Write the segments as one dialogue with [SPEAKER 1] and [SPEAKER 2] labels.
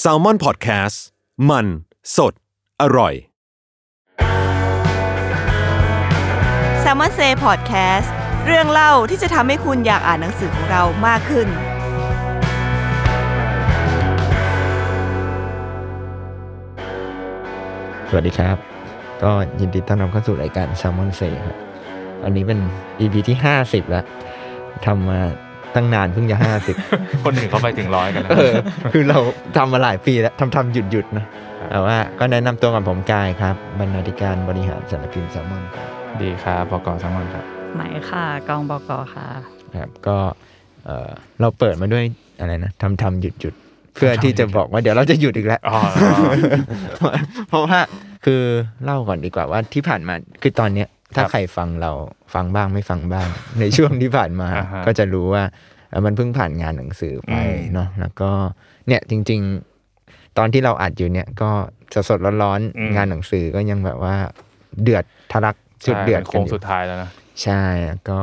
[SPEAKER 1] แซลมอนพอดแคสต์มันสดอร่อย
[SPEAKER 2] s ซ l m o n s a y Podcast เรื่องเล่าที่จะทำให้คุณอยากอ่านหนังสือของเรามากขึ้น
[SPEAKER 3] สวัสดีครับ ก็ยินดีต้อนรับเข้าสู่รายการ s ซ l m o n Say ครับ อันนี้เป็น EP ที่ 50 แล้วทำมาตั้งนานเพิ่งจะ
[SPEAKER 4] คนอื่นเขาไปถึงร้อยกัน
[SPEAKER 3] 50
[SPEAKER 4] แล้
[SPEAKER 3] เอ
[SPEAKER 4] ว
[SPEAKER 3] อ คือเราทำมาหลายปีแล้วทำทำหยุดหยุดๆนะแต่ว่าก็แนะนำตัวกับผมกายครับ บรรณาธิการบริหารสารพิมพ์แซลมอนครับ
[SPEAKER 4] ดีครับบกสามคนครับ
[SPEAKER 5] ไหมค่ะ กองบกค่ะ
[SPEAKER 3] ครับก็เอ่อเราเปิดมาด้วยอะไรนะทำทำหยุดหยุดเพื่อที่จะบอกว่าเดี๋ยวเราจะหยุดอีกแล้ว
[SPEAKER 4] อ๋อ
[SPEAKER 3] เพราะว่าคือเล่าก่อนดีกว่าว่าที่ผ่านมาคือตอนเนี้ยถ้าใครฟังเราฟังบ้างไม่ฟังบ้าง ในช่วงที่ผ่านมา
[SPEAKER 4] อ่าฮะ
[SPEAKER 3] ก็จะรู้ว่าเอ่อมันเพิ่งผ่านงานหนังสือไป
[SPEAKER 4] อืม
[SPEAKER 3] เนาะแล้วก็เนี่ยจริง ๆ ตอนที่เราอัดอยู่เนี่ยก็สดสดๆร้อนๆงานหนังสือก็ยังแบบว่าเดือดทะลักจุดเดือด
[SPEAKER 4] ใช่ป็น
[SPEAKER 3] กันอ
[SPEAKER 4] โค้ง
[SPEAKER 3] ยู่
[SPEAKER 4] สุดท้ายแล้วนะ
[SPEAKER 3] ใช่แล้วก็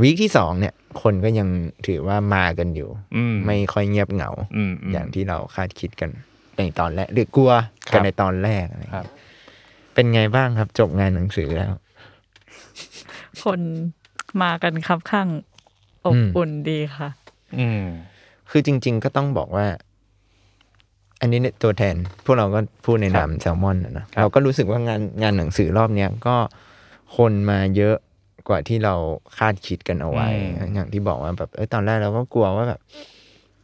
[SPEAKER 3] วีคที่สองเนี่ย คนก็ยังถือว่ามากันอยู่
[SPEAKER 4] อืม
[SPEAKER 3] ไม่ค่อยเงียบเหงา
[SPEAKER 4] อืมม
[SPEAKER 3] อย่างที่เราคาดคิดกันในตอนแรกหรือกลัว
[SPEAKER 4] ครั
[SPEAKER 3] กับ นในตอนแรกอะไรอย่าง
[SPEAKER 4] ครั
[SPEAKER 3] เงี้
[SPEAKER 4] บ
[SPEAKER 3] ยเป็นไงบ้างครับจบงานหนังสือแล้ว
[SPEAKER 5] คนมากันครับข้างอ
[SPEAKER 3] อื
[SPEAKER 5] บ
[SPEAKER 3] ม
[SPEAKER 5] อุ่นดีค่ะ
[SPEAKER 4] อืม
[SPEAKER 3] คือจริง ๆ ก็ต้องบอกว่า อันนี้เนี่ยตัวแทน พวกเราก็พูดในนามแซลมอนนะนะเราก็รู้สึกว่างานงานหนังสือรอบเนี้ยก็คนมาเยอะกว่าที่เราคาดคิดกันเอาไว้
[SPEAKER 4] อืม
[SPEAKER 3] อย่างที่บอกว่าแบบเอยตอนแรกเราก็กลัวว่าแบบ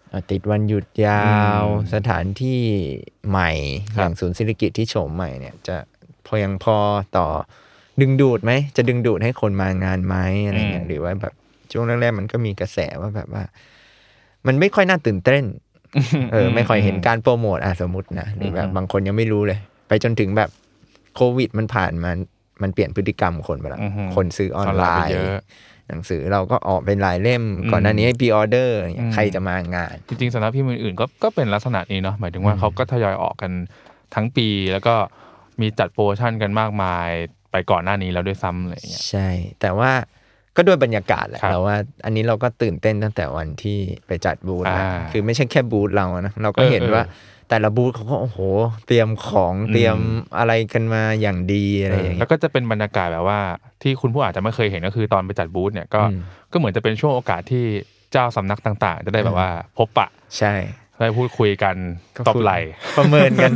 [SPEAKER 3] เอ่อติดวันหยุดยาว
[SPEAKER 4] อืม
[SPEAKER 3] สถานที่ใหม่
[SPEAKER 4] ครับ
[SPEAKER 3] อย่างศูนย์ศิริกิจที่โฉมใหม่เนี่ย จะพอยังพอต่อดึงดูดไหมจะดึงดูดให้คนมางานไหมอะไรเงี้ยหรือว่าแบบช่วงแรกๆมันก็มีกระแสว่าแบบว่า มันไม่ค่อยน่าตื่นเต้น เออ ไม่ค่อยเห็นการโปรโมทอ่ะสมมตินะหรือแบบ
[SPEAKER 4] อืม
[SPEAKER 3] บางคนยังไม่รู้เลย ไปจนถึงแบบโควิดมันผ่านมามันเปลี่ยนพฤติกรรมคนไปแล้ว
[SPEAKER 4] อืม
[SPEAKER 3] คนซื้อออนไล
[SPEAKER 4] ป
[SPEAKER 3] น์
[SPEAKER 4] เยอะ
[SPEAKER 3] หนังสือเราก็ออกเป็นรายเล่ม
[SPEAKER 4] อืม
[SPEAKER 3] ก่อนหน้านี้พีออเดอร์
[SPEAKER 4] อืม
[SPEAKER 3] ใครจะมางาน
[SPEAKER 4] จริงๆสำนักพิมพ์อื่นๆก็ก็เป็นลักษณะนี้เนาะหมายถึงว่า
[SPEAKER 3] อืม
[SPEAKER 4] เขาก็ทยอยออกกันทั้งปี แล้วก็มีจัดโปรโมชั่นกันมากมายไปก่อนหน้านี้แล้วด้วยซ้ำอะไรอย่างเงี้ย
[SPEAKER 3] ใช่ แต่ว่าก็ด้วยบรรยากาศแหละ
[SPEAKER 4] ครับ
[SPEAKER 3] เราว่า อันนี้เราก็ตื่นเต้นตั้งแต่วันที่ไปจัดบูธนะ
[SPEAKER 4] อ่า
[SPEAKER 3] คือไม่ใช่แค่บูธเรานะเราก็เห็น
[SPEAKER 4] เออเออ
[SPEAKER 3] ว่า แต่ละบูธเขาก็โอ้โห เตรียมของเตรียม
[SPEAKER 4] อืม
[SPEAKER 3] อะไรกันมาอย่างดีอะไรอย่าง
[SPEAKER 4] แล้
[SPEAKER 3] เงี้
[SPEAKER 4] วย ก็จะเป็นบรรยากาศแบบว่า ที่คุณผู้อาจจะไม่เคยเห็นก็คือตอนไปจัดบูธเนี่ยก็
[SPEAKER 3] อืม
[SPEAKER 4] ก็เหมือนจะเป็นช่วงโอกาสที่เจ้าสำนักต่าง ๆ จะได้แบบว่าพบปะ
[SPEAKER 3] ใช่
[SPEAKER 4] ได้พูดคุยกัน
[SPEAKER 3] ก็
[SPEAKER 4] ตบไหล
[SPEAKER 3] คือประเมินกัน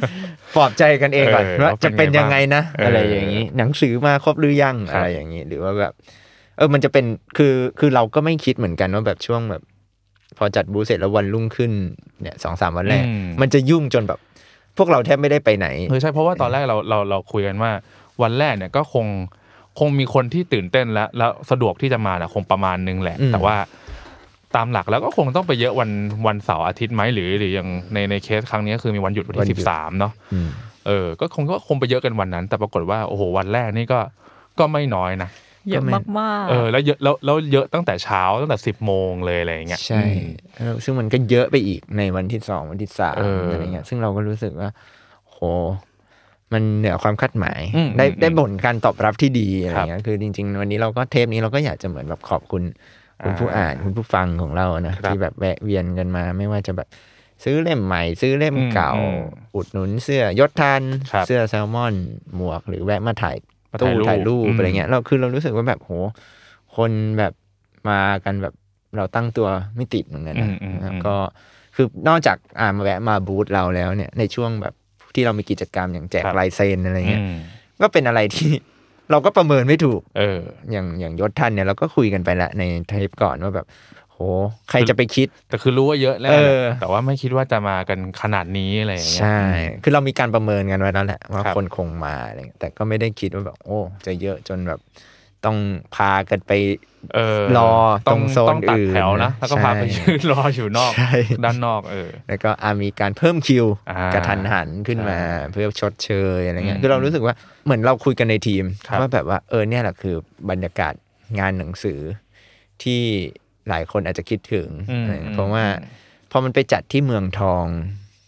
[SPEAKER 3] ปลอบใจกันเองก่อน
[SPEAKER 4] เออ
[SPEAKER 3] ว่าจะเป็นยังไงนะ
[SPEAKER 4] เอออ
[SPEAKER 3] อะไรอย่างนี้ หนังสือมาครบหรือยัง
[SPEAKER 4] ครับ
[SPEAKER 3] อะไรอย่างนี้ หรือว่าแบบ เออมันจะเป็นคือคือเราก็ไม่คิดเหมือนกันว่าแบบช่วงแบบ พอจัดบูธเสร็จแล้ววันรุ่งขึ้นเนี่ยสองสามวันแรก
[SPEAKER 4] อืม
[SPEAKER 3] มันจะยุ่งจนแบบ พวกเราแทบไม่ได้ไปไหน
[SPEAKER 4] เออใช่เพราะว่าตอนแรกเราเราเราคุยกันว่า วันแรกเนี่ยก็คงคงมีคนที่ตื่นเต้นแล้วแล้วสะดวกที่จะมาน่ะคงประมาณนึงแหละ
[SPEAKER 3] อืม
[SPEAKER 4] แต่ว่าตามหลักแล้วก็คงต้องไปเยอะวันวันเสาร์อาทิตย์ไหมหรือหรืออย่างในในเคสครั้งนี้ก็คือมีวันหยุดวันที่สิบสามเนาะ
[SPEAKER 3] อืม
[SPEAKER 4] เออก็คงก็คงไปเยอะกันวันนั้น แต่ปรากฏว่าโอ้โหวันแรกนี่ก็ก็ไม่น้อยนะ
[SPEAKER 5] เยอะมาก
[SPEAKER 4] เออแล้วเยอะแล้วแล้วเยอะตั้งแต่เช้าตั้งแต่สิบโมงเลยอะไรอย่างเงี้ย
[SPEAKER 3] ใช่เออซึ่งมันก็เยอะไปอีกในวันที่สองวันที่สาม
[SPEAKER 4] เอออ
[SPEAKER 3] อะไรเงี้ยซึ่งเราก็รู้สึกว่าโหมันเหนือความคาดหมาย
[SPEAKER 4] อืม
[SPEAKER 3] ได้
[SPEAKER 4] อืม
[SPEAKER 3] ได้บ่นการตอบรับที่ดีอะไร
[SPEAKER 4] ครับ
[SPEAKER 3] เงี้ยคือจริง ๆ วันนี้เราก็เทปนี้เราก็อยากจะเหมือนแบบขอบคุณคุณผู้อ่านคุณผู้ฟังของเรานะครับ ที่แบบแวะเวียนกันมา ไม่ว่าจะแบบซื้อเล่มใหม่ ซื้อเล่ม
[SPEAKER 4] อืม
[SPEAKER 3] เก่า
[SPEAKER 4] อืม
[SPEAKER 3] อุดหนุนเสื้อยศทัน
[SPEAKER 4] ครับ
[SPEAKER 3] เสื้อแซลมอน หมวกหรือแวะมาถ่าย
[SPEAKER 4] มา
[SPEAKER 3] ตู้
[SPEAKER 4] ถ่ายรูป
[SPEAKER 3] ถ่ายรูป
[SPEAKER 4] อืม
[SPEAKER 3] อะไรเงี้ยเราคือเรารู้สึกว่าแบบโห คนแบบมากันแบบเราตั้งตัวไม่ติดเหมือนกันนะ
[SPEAKER 4] อืมอืมอืม
[SPEAKER 3] แล้วก็ คือนอกจากอ่ามาแวะมาบูธเราแล้วเนี่ยในช่วงแบบที่เรามีกิจกรรมอย่างแจก
[SPEAKER 4] ครับ
[SPEAKER 3] ลายเซ็นอะไรเงี้ย
[SPEAKER 4] อืม
[SPEAKER 3] ก็เป็นอะไรที่ เราก็ประเมินไม่ถูก
[SPEAKER 4] เออ
[SPEAKER 3] อย่างอย่างยศท่านเนี่ยเราก็คุยกันไปละในเทปก่อนว่าแบบ โห ใครจะไปคิด
[SPEAKER 4] แต่คือรู้ว่าเยอะแล้ว
[SPEAKER 3] เออ
[SPEAKER 4] แหละแต่ว่าไม่คิดว่าจะมากันขนาดนี้อะไรอย่างเงี้ย
[SPEAKER 3] ใช่ คือเรามีการประเมินกันไว้แล้วแหละว่า
[SPEAKER 4] ครับ
[SPEAKER 3] คนคงมาอะไรเงี้ยแต่ก็ไม่ได้คิดว่าแบบ โอ้ จะเยอะจนแบบต้องพากันไป
[SPEAKER 4] เออ
[SPEAKER 3] รอต
[SPEAKER 4] ต้
[SPEAKER 3] ร
[SPEAKER 4] อง
[SPEAKER 3] งโซน
[SPEAKER 4] ต้องตัดแถวนะ
[SPEAKER 3] อื่นนะ
[SPEAKER 4] แล้วก็พาไป
[SPEAKER 3] ใช่
[SPEAKER 4] ยืนรออยู่นอก
[SPEAKER 3] ใช่
[SPEAKER 4] ด้านนอกเออ
[SPEAKER 3] แล้วก็อามีการเพิ่มคิว
[SPEAKER 4] อ่าก
[SPEAKER 3] ระทันหันขึ้นมา
[SPEAKER 4] ใช่
[SPEAKER 3] เพื่อชดเชยอะไรเงี้ย
[SPEAKER 4] อืม
[SPEAKER 3] คือเรารู้สึกว่าเหมือนเราคุยกันในทีม
[SPEAKER 4] ครับ
[SPEAKER 3] ว่าแบบว่าเออเนี่ยแหละคือบรรยากาศงานหนังสือที่หลายคนอาจจะคิดถึง
[SPEAKER 4] อืม
[SPEAKER 3] อะไรเงี้ยเพราะว่า พอมันไปจัดที่เมืองทอง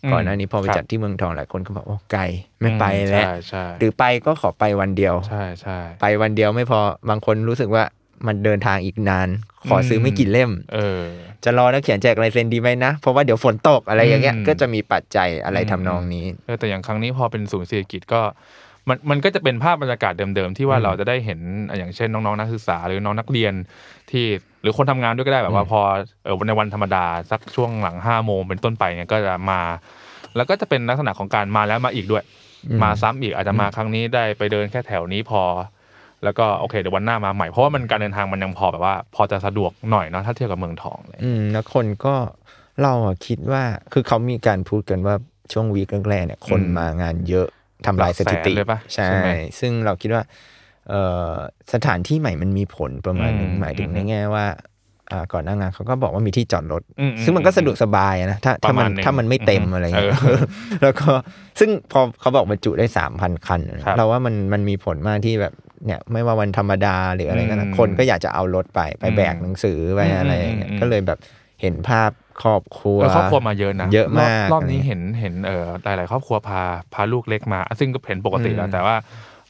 [SPEAKER 4] อืม
[SPEAKER 3] ก่อนหน้านี้พอไป
[SPEAKER 4] ครับ
[SPEAKER 3] จัดที่เมืองทองหลายคนก็บอกว่าไกลไม่ไป
[SPEAKER 4] อืม
[SPEAKER 3] แล้ว
[SPEAKER 4] ใช่ใช่
[SPEAKER 3] หรือไปก็ขอไปวันเดียว
[SPEAKER 4] ใช่ใช่
[SPEAKER 3] ไปวันเดียวไม่พอบางคนรู้สึกว่ามันเดินทางอีกนาน ขอซื้อไม่กี่เล่ม
[SPEAKER 4] เออ
[SPEAKER 3] จะรอนักเขียนแจกลายเซ็นดีไหมนะ เพราะว่าเดี๋ยวฝนตกอะไรอย่างเงี้ย
[SPEAKER 4] อืม
[SPEAKER 3] ก็จะมีปัจจัยอะไรทำนองนี้
[SPEAKER 4] เออแต่อย่างครั้งนี้พอเป็นศูนย์เศรษฐกิจก็มันมันก็จะเป็นภาพบรรยากาศเดิมๆ ที่ว่าเราจะได้เห็นอ่ะอย่างเช่นน้องๆนักศึกษาหรือน้องนักเรียนที่หรือคนทำงานด้วยก็ได้แบบว่าพอเออในวันธรรมดาสักช่วงหลังห้าโมงเป็นต้นไปเนี่ยก็จะมา แล้วก็จะเป็นลักษณะของการมาแล้วมาอีกด้วย มาซ้ำอีกอาจจะมาครั้งนี้ได้ไปเดินแค่แถวนี้พอ แล้วก็โอเคเดี๋ยววันหน้ามาใหม่เพราะว่ามันการเดินทางมันยังพอแบบว่า พอจะสะดวกหน่อยเนาะถ้าเทียบกับเมืองทองเลย
[SPEAKER 3] อืมแล้วคนก็เราอะคิดว่าคือเขามีการพูดกันว่าช่วงวีคแรกๆเนี่ยคน
[SPEAKER 4] อืม
[SPEAKER 3] มางานเยอะทำลายสถิติ
[SPEAKER 4] หลักแสนเลยปะ
[SPEAKER 3] ใช่
[SPEAKER 4] ใช่ไหม
[SPEAKER 3] ซึ่งเราคิดว่าเอ่อสถานที่ใหม่มันมีผลประมาณหนึง
[SPEAKER 4] อืม
[SPEAKER 3] หมายถึง
[SPEAKER 4] อืม
[SPEAKER 3] ในแง่ว่าอ่าก่อนหน้างานเขาก็บอกว่ามีที่จอดรถ
[SPEAKER 4] อืม
[SPEAKER 3] ซึ่งมันก็สะดวกสบายอะนะถ้าถ้า
[SPEAKER 4] ประมา
[SPEAKER 3] มั
[SPEAKER 4] ณ
[SPEAKER 3] น
[SPEAKER 4] หนึ่ง
[SPEAKER 3] ถ้ามันไม่เต็มอะไรเงี้ย
[SPEAKER 4] เออ
[SPEAKER 3] แล้วก็ซึ่งพอเขาบอกบรรจุได้สามพันคัน
[SPEAKER 4] ครับ
[SPEAKER 3] เราว่ามันมันมีผลมากที่แบบเนี่ยไม่ว่าวันธรรมดาหรืออะไรก็ตาม
[SPEAKER 4] อืม
[SPEAKER 3] คนก็อยากจะเอารถไปไปแบกหนังสือไปอะไรอย่างเงี้ย
[SPEAKER 4] อืมอืมอืม
[SPEAKER 3] ก็เลย แบบเห็นภาพครอบครัว
[SPEAKER 4] เออครอบครัวมาเยอะนะ
[SPEAKER 3] เยอะมาก
[SPEAKER 4] รบรอบนี้
[SPEAKER 3] อะไรเงี้ย
[SPEAKER 4] เห็นเห็นเออหลาย ๆ ครอบครัวพาพาลูกเล็กมาอ่ะซึ่งก็เห็นปกติแล้ว
[SPEAKER 3] อืม
[SPEAKER 4] แต่ว่า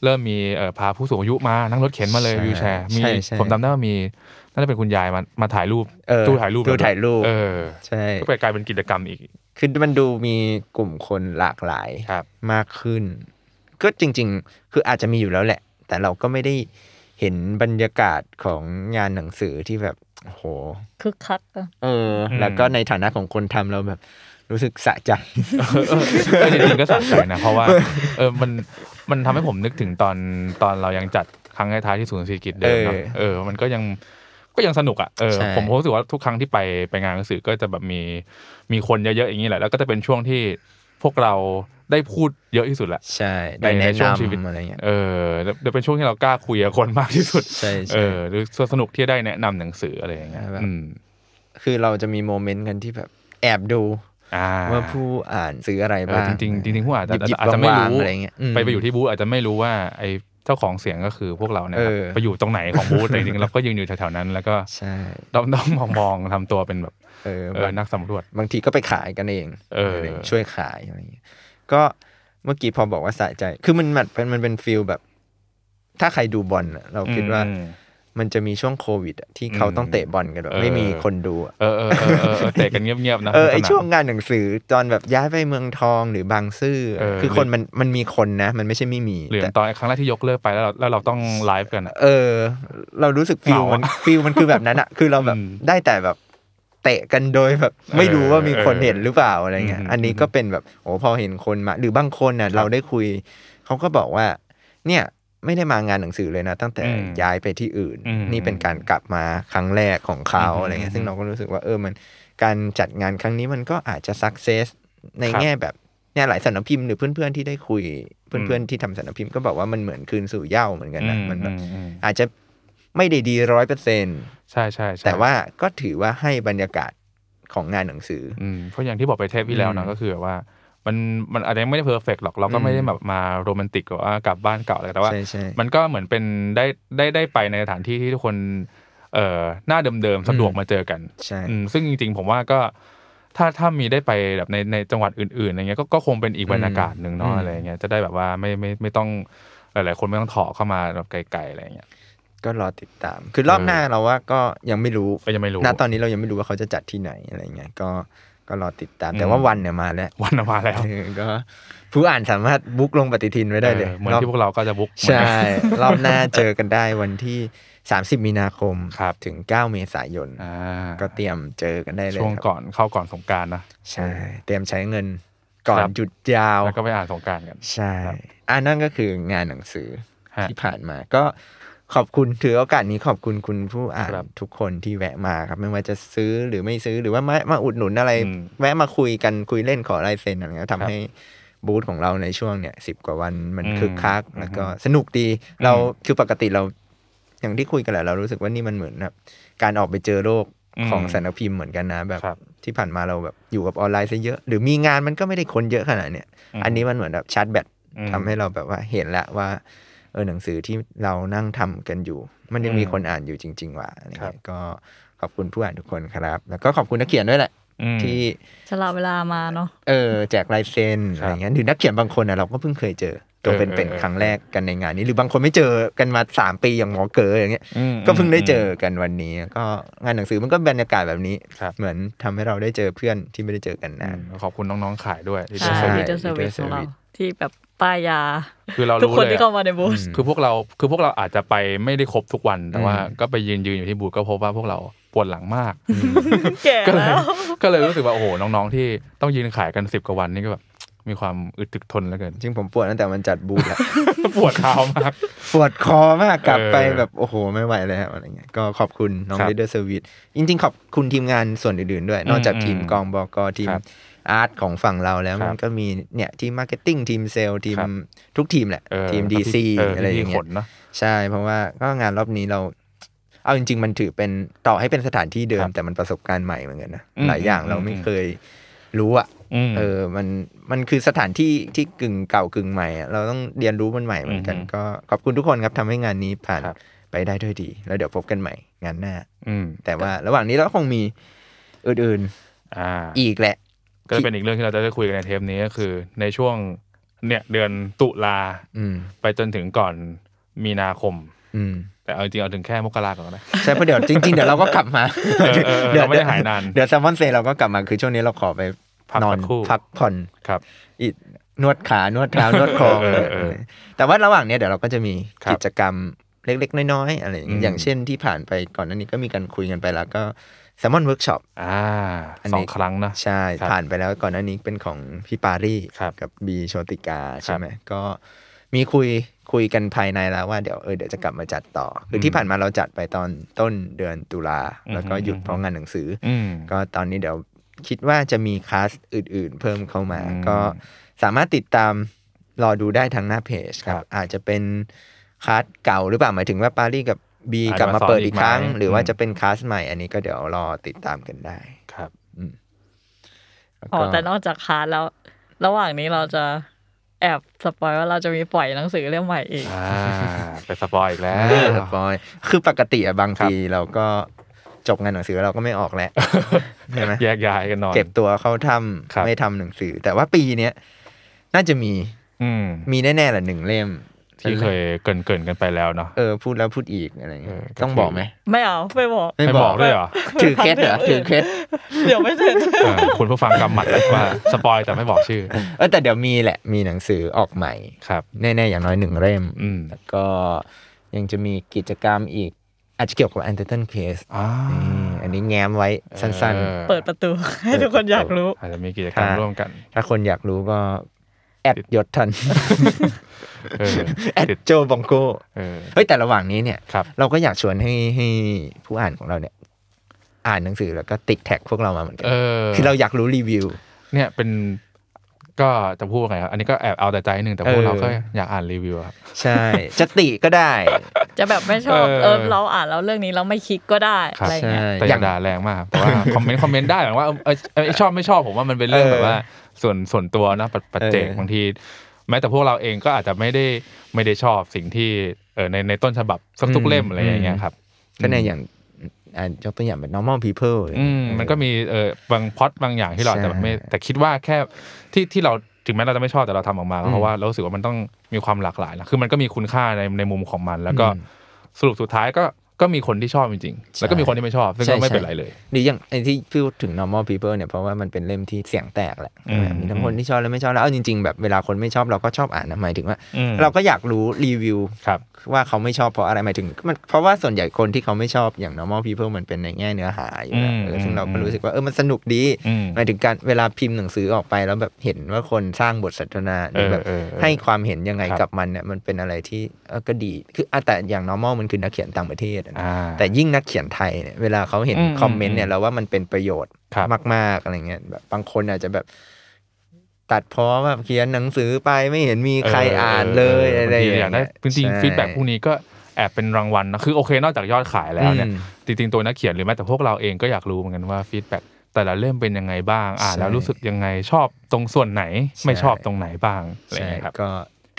[SPEAKER 4] เริ่มมีเออพาผู้สูงอายุมานั่งรถเข็นมาเลย
[SPEAKER 3] ใช่
[SPEAKER 4] วิวแชร์มี
[SPEAKER 3] ใช่ใช่
[SPEAKER 4] ผมจำได้ว่ามีน่าจะเป็นคุณยายมามาถ่ายรูป
[SPEAKER 3] เออ
[SPEAKER 4] ตู้ถ่ายรูป
[SPEAKER 3] ตู้ถ่ายรูป
[SPEAKER 4] เออ
[SPEAKER 3] ใช่
[SPEAKER 4] ก็ไปกลายเป็นกิจกรรมอีก
[SPEAKER 3] คือมันดูมีกลุ่มคนหลากหลาย
[SPEAKER 4] ครับ
[SPEAKER 3] มากขึ้น ก็จริง ๆ คืออาจจะมีอยู่แล้วแหละ แต่เราก็ไม่ได้เห็นบรรยากาศของงานหนังสือที่แบบโอ้โห
[SPEAKER 5] คึกคักอะ
[SPEAKER 3] เอออ
[SPEAKER 4] ม
[SPEAKER 3] แล้วก็ในฐานะของคนทำเราแบบรู้สึกสะใจ
[SPEAKER 4] เออเออเออจริงๆก็สะใจนะ เพราะว่าเออมันมันทำให้ผมนึกถึงตอนตอนเรายังจัดครั้งท้ายๆที่ศูนย์เศรษฐกิจเดิมเน
[SPEAKER 3] เอ
[SPEAKER 4] อะ
[SPEAKER 3] อ
[SPEAKER 4] เออ มันก็ยังก็ยังสนุกอ่ะเออ
[SPEAKER 3] ใช่
[SPEAKER 4] ผมผมรู้สึกว่าทุกครั้งที่ไปไปงานหนังสือก็จะแบบมีมีคนเยอะๆอย่างนี้แหละแล้วก็จะเป็นช่วงที่พวกเราได้พูดเยอะที่สุดแหละ
[SPEAKER 3] ใช่ได้
[SPEAKER 4] ใน
[SPEAKER 3] แนะ
[SPEAKER 4] ช่วงชีวิต
[SPEAKER 3] นำอะไรเงี้ย
[SPEAKER 4] เออแล้วเดี๋ยวเป็นช่วงที่เรากล้าคุยกับคนมากที่สุด
[SPEAKER 3] ใช่ใช่
[SPEAKER 4] เออหรือสนุกที่ได้แนะนำหนังสืออะไรอย่างเงี้ย
[SPEAKER 3] แบบ
[SPEAKER 4] อืม
[SPEAKER 3] คือเราจะมีโมเมนต์กันที่แบบแอบดู
[SPEAKER 4] อ่า
[SPEAKER 3] ว่าผู้อ่านซื้ออะไร
[SPEAKER 4] เออ
[SPEAKER 3] บ้าง
[SPEAKER 4] จริงๆจริงๆผู้อาจจะ
[SPEAKER 3] หยิบๆ
[SPEAKER 4] อาจจะไม่
[SPEAKER 3] วง
[SPEAKER 4] รู้
[SPEAKER 3] ๆอะไรเงี้ยม
[SPEAKER 4] ไปไปอยู่ที่บูธอาจจะไม่รู้ว่าไอ้เจ้าของเสียงก็คือพวกเราเนี่ยครับ
[SPEAKER 3] เออ
[SPEAKER 4] ไปอยู่ตรงไหนของบูธแต่จริงๆเรา ก็ยืนอยู่แถวๆนั้น แล้วก็
[SPEAKER 3] ใช่
[SPEAKER 4] ด้อมๆมองๆทำตัวเป็นแบบ
[SPEAKER 3] เออ
[SPEAKER 4] เอ
[SPEAKER 3] แบ
[SPEAKER 4] อบ นักสำรวจ
[SPEAKER 3] บางทีก็ไปขายกันเอง
[SPEAKER 4] เออ
[SPEAKER 3] หรือช่วยขายอะไรอย่างเงี้ยก็เมื่อกี้พอบอกว่าสะใจ คือมันมันเป็นมันเป็นฟิลแบบ ถ้าใครดูบอลน่ะเราคิดว่า
[SPEAKER 4] อืม
[SPEAKER 3] มันจะมีช่วงโควิดอะที่เขาต้องเตะบอลกันแบบ
[SPEAKER 4] เออ
[SPEAKER 3] ไม่มีคนดูอะ
[SPEAKER 4] เออเออเออเออเออเตะกันเงียบๆนะ
[SPEAKER 3] เออไอ
[SPEAKER 4] สนาม
[SPEAKER 3] ช่วงงานหนังสือตอนแบบย้ายไปเมืองทองหรือบางซื่อ
[SPEAKER 4] เออ
[SPEAKER 3] คือคนมันมันมีคนนะ มันไม่ใช่ไม่มี
[SPEAKER 4] หรือ
[SPEAKER 3] แต่
[SPEAKER 4] ตอนครั้งแรกที่ยกเลิกไปแล้วเราแล้วเราต้องไลฟ์กันอะ
[SPEAKER 3] เออ เรารู้สึกฟิล
[SPEAKER 4] เหงาอะ
[SPEAKER 3] มันฟิลมันคือแบบนั้น อะคือเราแบบ
[SPEAKER 4] อืม
[SPEAKER 3] ได้แต่แบบเตะกันโดยแบบ ไม่รู้ว่ามีคนเห็นหรือเปล่าอะไรเงี้ย
[SPEAKER 4] อืม
[SPEAKER 3] อันนี้ก็เป็นแบบโอ้พอเห็นคนมา หรือบางคนน่ะเราได้คุยเขาก็บอกว่า เนี่ยไม่ได้มางานหนังสือเลยนะ ตั้งแต่
[SPEAKER 4] อืม
[SPEAKER 3] ย้ายไปที่อื่น
[SPEAKER 4] อืม
[SPEAKER 3] นี่เป็นการกลับมาครั้งแรกของเขา
[SPEAKER 4] อืม
[SPEAKER 3] อะไรเงี้ยซึ่งเราก็รู้สึกว่าเออมันการจัดงานครั้งนี้มันก็อาจจะสักเซสใน
[SPEAKER 4] ครับ
[SPEAKER 3] แง่แบบเนี่ยหลายสำนักพิมพ์หรือเพื่อนๆที่ได้คุยเพื่อนๆที่ทำสำนักพิมพ์ก็บอกว่ามันเหมือนคืนสู่เหย้าเหมือนกันนะ
[SPEAKER 4] อืม
[SPEAKER 3] มันแบบ
[SPEAKER 4] อืมอืม
[SPEAKER 3] อาจจะไม่ได้ดีร้อยเปอร์เซ็น
[SPEAKER 4] ใช่ใช่ใช่
[SPEAKER 3] แต่ว่าก็ถือว่าให้บรรยากาศของงานหนังสือ
[SPEAKER 4] อืมเพราะอย่างที่บอกไปเทปที่แล้ว
[SPEAKER 3] อื
[SPEAKER 4] นะ
[SPEAKER 3] ม
[SPEAKER 4] ก็คือแบบว่า มันมันอาจจะยังไม่ได้เพอร์เฟกหรอกเราก็ไม่ได้แบบมาโรแมนติกหรือว่ากลับบ้านเก่าอะไรแต่ว่า
[SPEAKER 3] ใช่ใช่
[SPEAKER 4] มันก็เหมือนเป็นได้ได้ได้ไปในสถานที่ที่ทุกคนเอ่อหน้าเดิมๆสะดวกมาเจอกัน
[SPEAKER 3] ใช่
[SPEAKER 4] อืมซึ่งจริงๆ ผมว่าก็ถ้าถ้ามีได้ไปแบบในในจังหวัดอื่นๆอะไรเงี้ยก็ก็คงเป็นอีกบรรยากาศหนึ่งเนาะอะไรเงี้ยจะได้แบบว่าไม่ไม่ไม่ต้องหลายๆคนไม่ต้องถอเข้ามาแบบไกลๆอะไรเงี้ย
[SPEAKER 3] ก็รอติดตาม คือรอบหน้าเราว่าก็ยังไม่รู้
[SPEAKER 4] ก็ยังไม่รู้
[SPEAKER 3] ณตอนนี้เรายังไม่รู้ว่าเขาจะจัดที่ไหนอะไรเงี้ยก็ ก็รอติดตาม แต่ว่าวันเนี่ยมาแล้ว
[SPEAKER 4] วันออกมาแล้ว
[SPEAKER 3] เออก็ผู้อ่านสามารถบุ๊กลงปฏิทินไว้ได้เลย
[SPEAKER 4] ออเหมือน
[SPEAKER 3] รอบ
[SPEAKER 4] ที่พวกเราก็จะบุ๊กเหมือน
[SPEAKER 3] ใช่
[SPEAKER 4] กัน
[SPEAKER 3] รอบหน้าเจอกันได้วันที่ 30 มีนาคม
[SPEAKER 4] ครับ
[SPEAKER 3] ถึง 9 เมษายน
[SPEAKER 4] อ่า
[SPEAKER 3] ก็เตรียมเจอกันได้เลย
[SPEAKER 4] ช่วง
[SPEAKER 3] ครับ
[SPEAKER 4] ก่อนเข้าก่อนสงกรารนะ
[SPEAKER 3] ใช่ เตรียมใช้เงินก่อน
[SPEAKER 4] ครับ
[SPEAKER 3] หยุดยาว
[SPEAKER 4] แล้วก็ไปอ่านสงกรารกัน
[SPEAKER 3] ใช่อันนั่นก็คืองานหนังสือ
[SPEAKER 4] ฮะ
[SPEAKER 3] ที่ผ่านมา ก็ขอบคุณถือโอกาสนี้ขอบคุณคุณผู้อ่าน
[SPEAKER 4] ครับ
[SPEAKER 3] ทุกคนที่แวะมาครับ ไม่ว่าจะซื้อหรือไม่ซื้อหรือว่ามามาอุดหนุนอะไร
[SPEAKER 4] อืม
[SPEAKER 3] แวะมาคุยกันคุยเล่นขอลายเซ็นอะไรเงี้ย
[SPEAKER 4] ครับ
[SPEAKER 3] ทำให้บูธของเราในช่วงเนี่ยสิบกว่าวันมัน
[SPEAKER 4] อืม
[SPEAKER 3] คึกคัก
[SPEAKER 4] อืม
[SPEAKER 3] แล้วก็สนุกดี เราคือปกติเราอย่างที่คุยกันแหละเรารู้สึกว่านี่มันเหมือนแบบการออกไปเจอโลก
[SPEAKER 4] อืม
[SPEAKER 3] ของสารพิมพ์เหมือนกันนะแบบ
[SPEAKER 4] ครับ
[SPEAKER 3] ที่ผ่านมาเราแบบอยู่กับออนไลน์ซะเยอะ หรือมีงานมันก็ไม่ได้คนเยอะขนาดเนี้ย
[SPEAKER 4] อืม
[SPEAKER 3] อันนี้มันเหมือนแบบชาร์จแบต
[SPEAKER 4] อืม
[SPEAKER 3] ทำให้เราแบบว่าเห็นละว่าเออหนังสือที่เรานั่งทำกันอยู่ มันยังมี
[SPEAKER 4] อืม
[SPEAKER 3] คนอ่านอยู่จริง ๆ ว่ะอะไร
[SPEAKER 4] ครั
[SPEAKER 3] เงี้
[SPEAKER 4] บ
[SPEAKER 3] ยก็ขอบคุณผู้อ่านทุกคนครับ แล้วก็ขอบคุณนักเขียนด้วยแหละ
[SPEAKER 4] อืม
[SPEAKER 3] ที่
[SPEAKER 5] สละเวลามาเนาะ
[SPEAKER 3] เออแจกลายเซ็น
[SPEAKER 4] ค
[SPEAKER 3] อะ
[SPEAKER 4] รับ
[SPEAKER 3] ไรเงี้ยหรือนักเขียนบางคนอ่ะเราก็เพิ่งเคยเจอตัว
[SPEAKER 4] เออ
[SPEAKER 3] เป็น
[SPEAKER 4] เออ
[SPEAKER 3] เป็น
[SPEAKER 4] เออ
[SPEAKER 3] ครั้งแรกกันในงานนี้ หรือบางคนไม่เจอกันมาสามปีอย่างหมอเก๋ออย่างเงี้ย
[SPEAKER 4] อืม
[SPEAKER 3] ก็เพิ่งได้เจอ
[SPEAKER 4] ม
[SPEAKER 3] กันวันนี้ ก็งานหนังสือมันก็บรรยากาศแบบนี้
[SPEAKER 4] ครับ
[SPEAKER 3] เหมือนทำให้เราได้เจอเพื่อนที่ไม่ได้เจอกัน
[SPEAKER 4] อื
[SPEAKER 3] นาน
[SPEAKER 4] มขอบคุณน้องๆขายด้วยที่
[SPEAKER 5] ใช่
[SPEAKER 4] ได้
[SPEAKER 5] ดี
[SPEAKER 4] เจ
[SPEAKER 5] เจ
[SPEAKER 4] อ
[SPEAKER 5] อร์เซอ
[SPEAKER 3] Digital
[SPEAKER 5] ร์วิสของเรา
[SPEAKER 3] Service
[SPEAKER 5] ที่แบบป้ายยา
[SPEAKER 4] คือเรา
[SPEAKER 5] ทุก
[SPEAKER 4] รู้
[SPEAKER 5] คน
[SPEAKER 4] เลย
[SPEAKER 5] ที่เข้ามาในบูธ
[SPEAKER 4] คือพวกเราคือพวกเราอาจจะไปไม่ได้ครบทุกวันแต่ว่า
[SPEAKER 3] อืม
[SPEAKER 4] ก็ไปยืนยืนอยู่ที่บูธก็พบว่าพวกเราปวดหลังมาก
[SPEAKER 5] แก่
[SPEAKER 4] ก็เลย
[SPEAKER 5] แล้ว
[SPEAKER 4] ก็เลยรู้สึกว่าโอ้โหน้องๆที่ต้องยืนขายกันสิบกว่าวันนี่ก็แบบมีความอึดถึกทนแล้วเกิน
[SPEAKER 3] จริงผมปวดตั้งแต่มันจัดบูธแล้ว
[SPEAKER 4] ปวดเท้ามาก
[SPEAKER 3] ปวดคอมากกลับไป
[SPEAKER 4] เออ
[SPEAKER 3] แบบ โอ้โห ไม่ไหวแล้วอะไรเงี้ยก็ขอบคุณน้อง
[SPEAKER 4] ครับ
[SPEAKER 3] เลดเดอร์เซอร์วิสจริง ๆ ขอบคุณทีมงานส่วนอื่น ๆ ด้วย นอกจาก
[SPEAKER 4] อืม
[SPEAKER 3] ทีมกองบอกอทีม
[SPEAKER 4] ครับ
[SPEAKER 3] อาร์ตของฝั่งเราแล้ว
[SPEAKER 4] ครับ
[SPEAKER 3] มันก็มีเนี่ยทีมมาร์เก็ตติ้งทีมเซลทีม
[SPEAKER 4] ครับ
[SPEAKER 3] ทุกทีมแหละ
[SPEAKER 4] เออ
[SPEAKER 3] ทีมดีซี
[SPEAKER 4] เ
[SPEAKER 3] อะไรอย่าง
[SPEAKER 4] ที่
[SPEAKER 3] เงี้
[SPEAKER 4] ข
[SPEAKER 3] ย
[SPEAKER 4] นเนอะ
[SPEAKER 3] ใช่ เพราะว่าก็งานรอบนี้เรา เอาจริง ๆ มันถือเป็นต่อให้เป็นสถานที่เดิม
[SPEAKER 4] ครับ
[SPEAKER 3] แต่มันประสบการณ์ใหม่เหมือนกันนะ
[SPEAKER 4] อืม
[SPEAKER 3] หลายอย่าง
[SPEAKER 4] อืม
[SPEAKER 3] เราไม่
[SPEAKER 4] อืม
[SPEAKER 3] เคยรู้อะ
[SPEAKER 4] อืม
[SPEAKER 3] เออ มัน มันคือสถานที่ที่กึ่งเก่ากึ่งใหม่อะเราต้องเรียนรู้มันใหม่เหมือนกัน
[SPEAKER 4] อือฮึ
[SPEAKER 3] ก็ขอบคุณทุกคนครับทำให้งานนี้ผ่าน
[SPEAKER 4] ครับ
[SPEAKER 3] ไปได้ด้วยดี แล้วเดี๋ยวพบกันใหม่งานหน้า
[SPEAKER 4] อืม
[SPEAKER 3] แต่ว่าระหว่างนี้เราก็คงมีอื่น
[SPEAKER 4] อ่า
[SPEAKER 3] ๆอีกแหละ
[SPEAKER 4] ก็จะเป็นอีกเรื่องที่เราจะได้คุยกันในเทปนี้ก็คือ ในช่วงเนี่ยเดือนตุลา
[SPEAKER 3] อืม
[SPEAKER 4] ไปจนถึงก่อนมีนาคม
[SPEAKER 3] อืม
[SPEAKER 4] แต่เอาจริงๆเอาถึงแค่มกราก่อนนะ
[SPEAKER 3] ใช่เพราะเดี๋ยวจริงๆ เดี๋ยวเราก็กลับมา
[SPEAKER 4] เออเออเราไม่ได้หายนาน
[SPEAKER 3] เดี๋ยวแซมมอนเซเราก็กลับมาคือช่วงนี้เราขอไป
[SPEAKER 4] พัก
[SPEAKER 3] นอน
[SPEAKER 4] สักครู่
[SPEAKER 3] พักผ่อน
[SPEAKER 4] ครับ
[SPEAKER 3] อีกนวดขานวดเท้านวดคอ
[SPEAKER 4] เออเออ
[SPEAKER 3] แต่ว่าระหว่างเนี้ยเดี๋ยวเราก็จะมี
[SPEAKER 4] ครับ
[SPEAKER 3] กิจกรรมเล็กๆ น้อยๆอะไรอย่างเงี้ย
[SPEAKER 4] อืม
[SPEAKER 3] อย่างเช่นที่ผ่านไปก่อนหน้านี้ก็มีการคุยกันไปแล้วก็แซมมอนเวิร์กช็อป
[SPEAKER 4] อ่า
[SPEAKER 3] อัน
[SPEAKER 4] สอ
[SPEAKER 3] นี้
[SPEAKER 4] งครั้งนะ
[SPEAKER 3] ใช่
[SPEAKER 4] ครับ
[SPEAKER 3] ผ่านไปแล้วก่อนหน้านี้เป็นของพี่ปารี
[SPEAKER 4] ครับ
[SPEAKER 3] กับบีโชติกาใช่ไหมก็มีคุยคุยกันภายในแล้วว่าเดี๋ยวเออเดี๋ยวจะกลับมาจัดต่อคือ
[SPEAKER 4] ม
[SPEAKER 3] ที่ผ่านมาเราจัดไปตอนต้นเดือนตุลา
[SPEAKER 4] อืม
[SPEAKER 3] แล้วก็หยุดเพราะงานหนังสืออ
[SPEAKER 4] อืม
[SPEAKER 3] ก็ตอนนี้เดี๋ยวคิดว่าจะมีคลาสอื่นๆ เพิ่มเข้ามา
[SPEAKER 4] อืม
[SPEAKER 3] ก็สามารถติดตามรอดูได้ทางหน้าเพจครั
[SPEAKER 4] ครับ บ
[SPEAKER 3] อาจจะเป็นคลาสเก่าหรือเปล่าหมายถึงว่าปารีกับบี
[SPEAKER 4] อาจจะ
[SPEAKER 3] กลับมา
[SPEAKER 4] มาสอน
[SPEAKER 3] เปิด
[SPEAKER 4] อี
[SPEAKER 3] อี
[SPEAKER 4] ก
[SPEAKER 3] กครั้ง
[SPEAKER 4] ไหม
[SPEAKER 3] หรือว่า
[SPEAKER 4] อืม
[SPEAKER 3] จะเป็นคลาสใหม่อันนี้ก็เดี๋ยวรอติดตามกันได้
[SPEAKER 4] ครับ
[SPEAKER 3] แล้ว
[SPEAKER 5] อ๋อ
[SPEAKER 3] ก็
[SPEAKER 5] แต่นอกจากคาร์ดแล้ว ระหว่างนี้เราจะแอบสปอยว่าเราจะมีปล่อยหนังสือเล่มใหม่อีก
[SPEAKER 4] อ่าไปสปอยอีกแล้ว
[SPEAKER 3] เออสปอยคือปกติอะบาง
[SPEAKER 4] ครับ
[SPEAKER 3] ทีเราก็จบงานหนังสือเราก็ไม่ออกแล้วใช่ไหม
[SPEAKER 4] แยกย้ายกันนอน
[SPEAKER 3] เก็บตัวเข้าถ้
[SPEAKER 4] ครั
[SPEAKER 3] ำ
[SPEAKER 4] บ
[SPEAKER 3] ไม่ทำหนังสือ แต่ว่าปีเนี้ยน่าจะมี
[SPEAKER 4] อืม
[SPEAKER 3] มีแน่ๆแหละหนึ่งเล่ม
[SPEAKER 4] ที่เคยเกรินเกินๆกันไปแล้วเนาะ
[SPEAKER 3] เออพูดแล้วพูดอีกอะไรเงี้ย
[SPEAKER 4] เออก็
[SPEAKER 3] ต้อง
[SPEAKER 4] คือ
[SPEAKER 3] บอกไหม
[SPEAKER 5] ไม่เอาไม่บอก
[SPEAKER 4] ไม่บอกด้วยเหรอ
[SPEAKER 3] ถือเคสเหรอ
[SPEAKER 5] ไม่บอก
[SPEAKER 3] ถือเคส
[SPEAKER 5] เดี๋ยวไม่เสร็จ
[SPEAKER 4] เออคุณผู้ฟังกำหมัดไว้ว่าสปอยแต่ไม่บอกชื่อ
[SPEAKER 3] เออแต่เดี๋ยวมีแหละมีหนังสือออกใหม่
[SPEAKER 4] ครับ
[SPEAKER 3] แน่ๆ อย่างน้อยหนึ่งเล่ม
[SPEAKER 4] อืม
[SPEAKER 3] แล้วก็ยังจะมีกิจกรรมอีก อาจจะเกี่ยวกับ Anderton Case
[SPEAKER 4] อ่า
[SPEAKER 3] นี่อันนี้แง้มไว้สั้น
[SPEAKER 4] ออ
[SPEAKER 5] เปิดประตู ให้ทุกคนอยาก รู้
[SPEAKER 4] อาจจะมีกิจกรรม
[SPEAKER 3] ค่ะ
[SPEAKER 4] ร่วมกัน
[SPEAKER 3] ๆ ถ้าคนอยากรู้ก็ แอดยศ ทัน
[SPEAKER 4] เออ
[SPEAKER 3] แอด
[SPEAKER 4] ติด
[SPEAKER 3] โจบองโก
[SPEAKER 4] เออ
[SPEAKER 3] เฮ้ยแต่ระหว่างนี้เนี่ย
[SPEAKER 4] ครับ
[SPEAKER 3] เราก็อยากชวนให้ให้ผู้อ่านของเราเนี่ย อ่านหนังสือแล้วก็ติดแท็กพวกเรามาเหมือนกั
[SPEAKER 4] เออ
[SPEAKER 3] คือเราอยากรู้รีวิว
[SPEAKER 4] เนี่ยเป็นก็จะพูดว่าไงครับอันนี้ก็แอบเอาแต่ใจนิดนึงแต่พวก
[SPEAKER 3] เออ
[SPEAKER 4] เราก็อยากอ่านรีวิวครับ
[SPEAKER 3] ใช่จะติก็ได้
[SPEAKER 5] จะแบบไม่ชอบ
[SPEAKER 4] เออ
[SPEAKER 5] เออเราอ่านแล้วเรื่องนี้เราไม่คลิกก็ได้
[SPEAKER 4] ครับ
[SPEAKER 5] อะไรเงี้ย
[SPEAKER 4] แต่อย่าด่าแรงมากครับแต่ว่า คอมเมนต์คอมเมนต์ได้หมายว่าเออเออชอบไม่ชอบผมว่ามันเป็นเรื่อง
[SPEAKER 3] เออ
[SPEAKER 4] แบบว่าส่วนส่วนตัวนะปัจปัจเจก
[SPEAKER 3] เออ
[SPEAKER 4] บางที แม้แต่พวกเราเองก็อาจจะไม่ได้ไม่ได้ชอบสิ่งที่เออในในต้นฉบับสักทุกเล่มอะไรอย่างเงี้ยครับ
[SPEAKER 3] ก็เนี่ยอย่างอ่ะยกตัวอย่างแบบ normal people เลย
[SPEAKER 4] อืมมันก็มีเออบางพล็อดบางอย่างที่เราอาจจะแบบไม่
[SPEAKER 3] ใช่
[SPEAKER 4] แต่คิดว่าแค่ที่ที่เราถึงแม้เราจะไม่ชอบแต่เราทำออกมาก็เพราะว่าเรารู้สึกว่ามันต้องมีความหลากหลายนะคือมันก็มีคุณค่าในในมุมของมัน แล้วก็
[SPEAKER 3] อืม
[SPEAKER 4] สรุปสุดท้ายก็ ก็มีคนที่ชอบจริงๆ แล้วก็มีคนที่ไม่ชอบ ซึ่งก็ไม่เป็นไรเลย
[SPEAKER 3] ใช่หรืออย่างไอ้ที่พูดถึง normal people เนี่ยเพราะว่ามันเป็นเล่มที่เสียงแตกแหละ
[SPEAKER 4] อืม
[SPEAKER 3] มีทั้งคนที่ชอบและไม่ชอบแล้วเอาจริงๆแบบเวลาคนไม่ชอบเราก็ชอบอ่านนะหมายถึงว่า
[SPEAKER 4] อืม
[SPEAKER 3] เราก็อยากรู้รีวิว
[SPEAKER 4] ครับ
[SPEAKER 3] ว่าเขาไม่ชอบเพราะอะไรหมายถึงมันเพราะว่าส่วนใหญ่คนที่เขาไม่ชอบอย่าง normal people มันเป็นในแง่เนื้อหาอยู่แล้ว
[SPEAKER 4] อืม
[SPEAKER 3] เออซึ่งเราก็
[SPEAKER 4] อืม
[SPEAKER 3] รู้สึกว่าเออมันสนุกดี
[SPEAKER 4] อืม
[SPEAKER 3] หมายถึงการเวลาพิมพ์หนังสือออกไปแล้วแบบเห็นว่าคนสร้างบทสนทนาหรือแบบ
[SPEAKER 4] เออเออเออ
[SPEAKER 3] ให้ความเห็นยังไง
[SPEAKER 4] ครับ
[SPEAKER 3] กับมันเนี่ยมันเป็นอะไรที่เออก็ดีคืออ่ะแต่อย่าง normal มันคือนักเขียนต่างประเทศอะนะ
[SPEAKER 4] อ่า
[SPEAKER 3] แต่ยิ่งนักเขียนไทยเนี่ยเวลาเขาเห็น
[SPEAKER 4] อืม
[SPEAKER 3] คอมเมนต์เนี่ย
[SPEAKER 4] อืม
[SPEAKER 3] เราว่ามันเป็นประโยชน์
[SPEAKER 4] ครับ
[SPEAKER 3] มาก ๆ อะไรเงี้ยแบบบางคนอาจจะแบบ ตัดเพ้อแบบเขียนหนังสือไปไม่เห็นมีใครอ่านเลยอะไรอย่างเงี้
[SPEAKER 4] บางทีอยยากได้จริง
[SPEAKER 3] ใช่
[SPEAKER 4] ๆฟีดแบ็กพวกนี้ก็แอบเป็นรางวัลนะคือโอเคนอกจากยอดขายแล้วเนี่ย
[SPEAKER 3] อืม
[SPEAKER 4] จริงๆตัวนักเขียนหรือแม้แต่พวกเราเองก็อยากรู้เหมือนกันว่าฟีดแบ็กแต่ละเล่มเป็นยังไงบ้างอ่าน
[SPEAKER 3] ใช่
[SPEAKER 4] แล้วรู้สึกยังไงชอบตรงส่วนไหนไม่ชอบตรงไหนบ้างอะไรอ
[SPEAKER 3] ใช่
[SPEAKER 4] ย่างเงี้ยครับ
[SPEAKER 3] ก็